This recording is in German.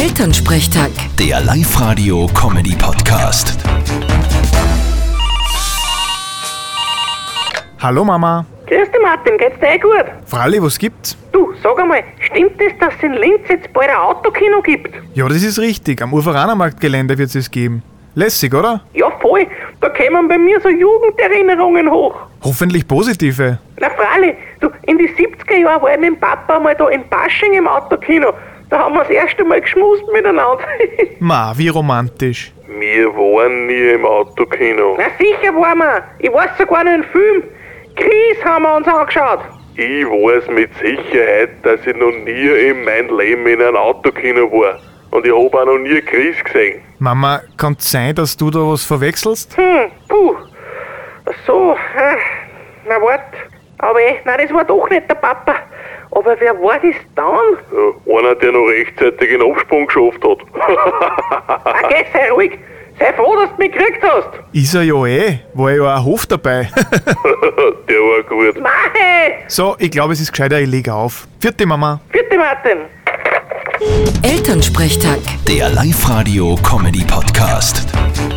Elternsprechtag. Der Live-Radio-Comedy-Podcast. Hallo Mama. Grüß dich Martin, geht's dir eh gut? Fralli, was gibt's? Du, sag einmal, stimmt es, dass es in Linz jetzt bald ein Autokino gibt? Ja, das ist richtig. Am Urveranermarktgelände wird's es geben. Lässig, oder? Ja voll, da kämen bei mir so Jugenderinnerungen hoch. Hoffentlich positive. Na freilich, du, in die 70er Jahren war ich mit dem Papa mal da in Basching im Autokino. Da haben wir das erste Mal geschmust miteinander. Ma, wie romantisch. Wir waren nie im Autokino. Na sicher waren wir, ich weiß sogar noch einen Film. Chris haben wir uns angeschaut. Ich weiß mit Sicherheit, dass ich noch nie in meinem Leben in einem Autokino war. Und ich habe auch noch nie Chris gesehen. Mama, kann's sein, dass du da was verwechselst? Hm, puh. So, äh, na wart. Aber eh, nein, das war doch nicht der Papa. Aber wer war das dann? Ja, Äh, einer, der noch rechtzeitig einen Absprung geschafft hat. Ah, geh, sei ruhig. Sei froh, dass du mich gekriegt hast. Ist er ja eh. War ja auch Hof dabei. der war gut. Mache! so, ich glaube, es ist gescheiter, ich leg auf. Vierte Mama. Vierte Martin. Elternsprechtag. Der Live-Radio-Comedy-Podcast.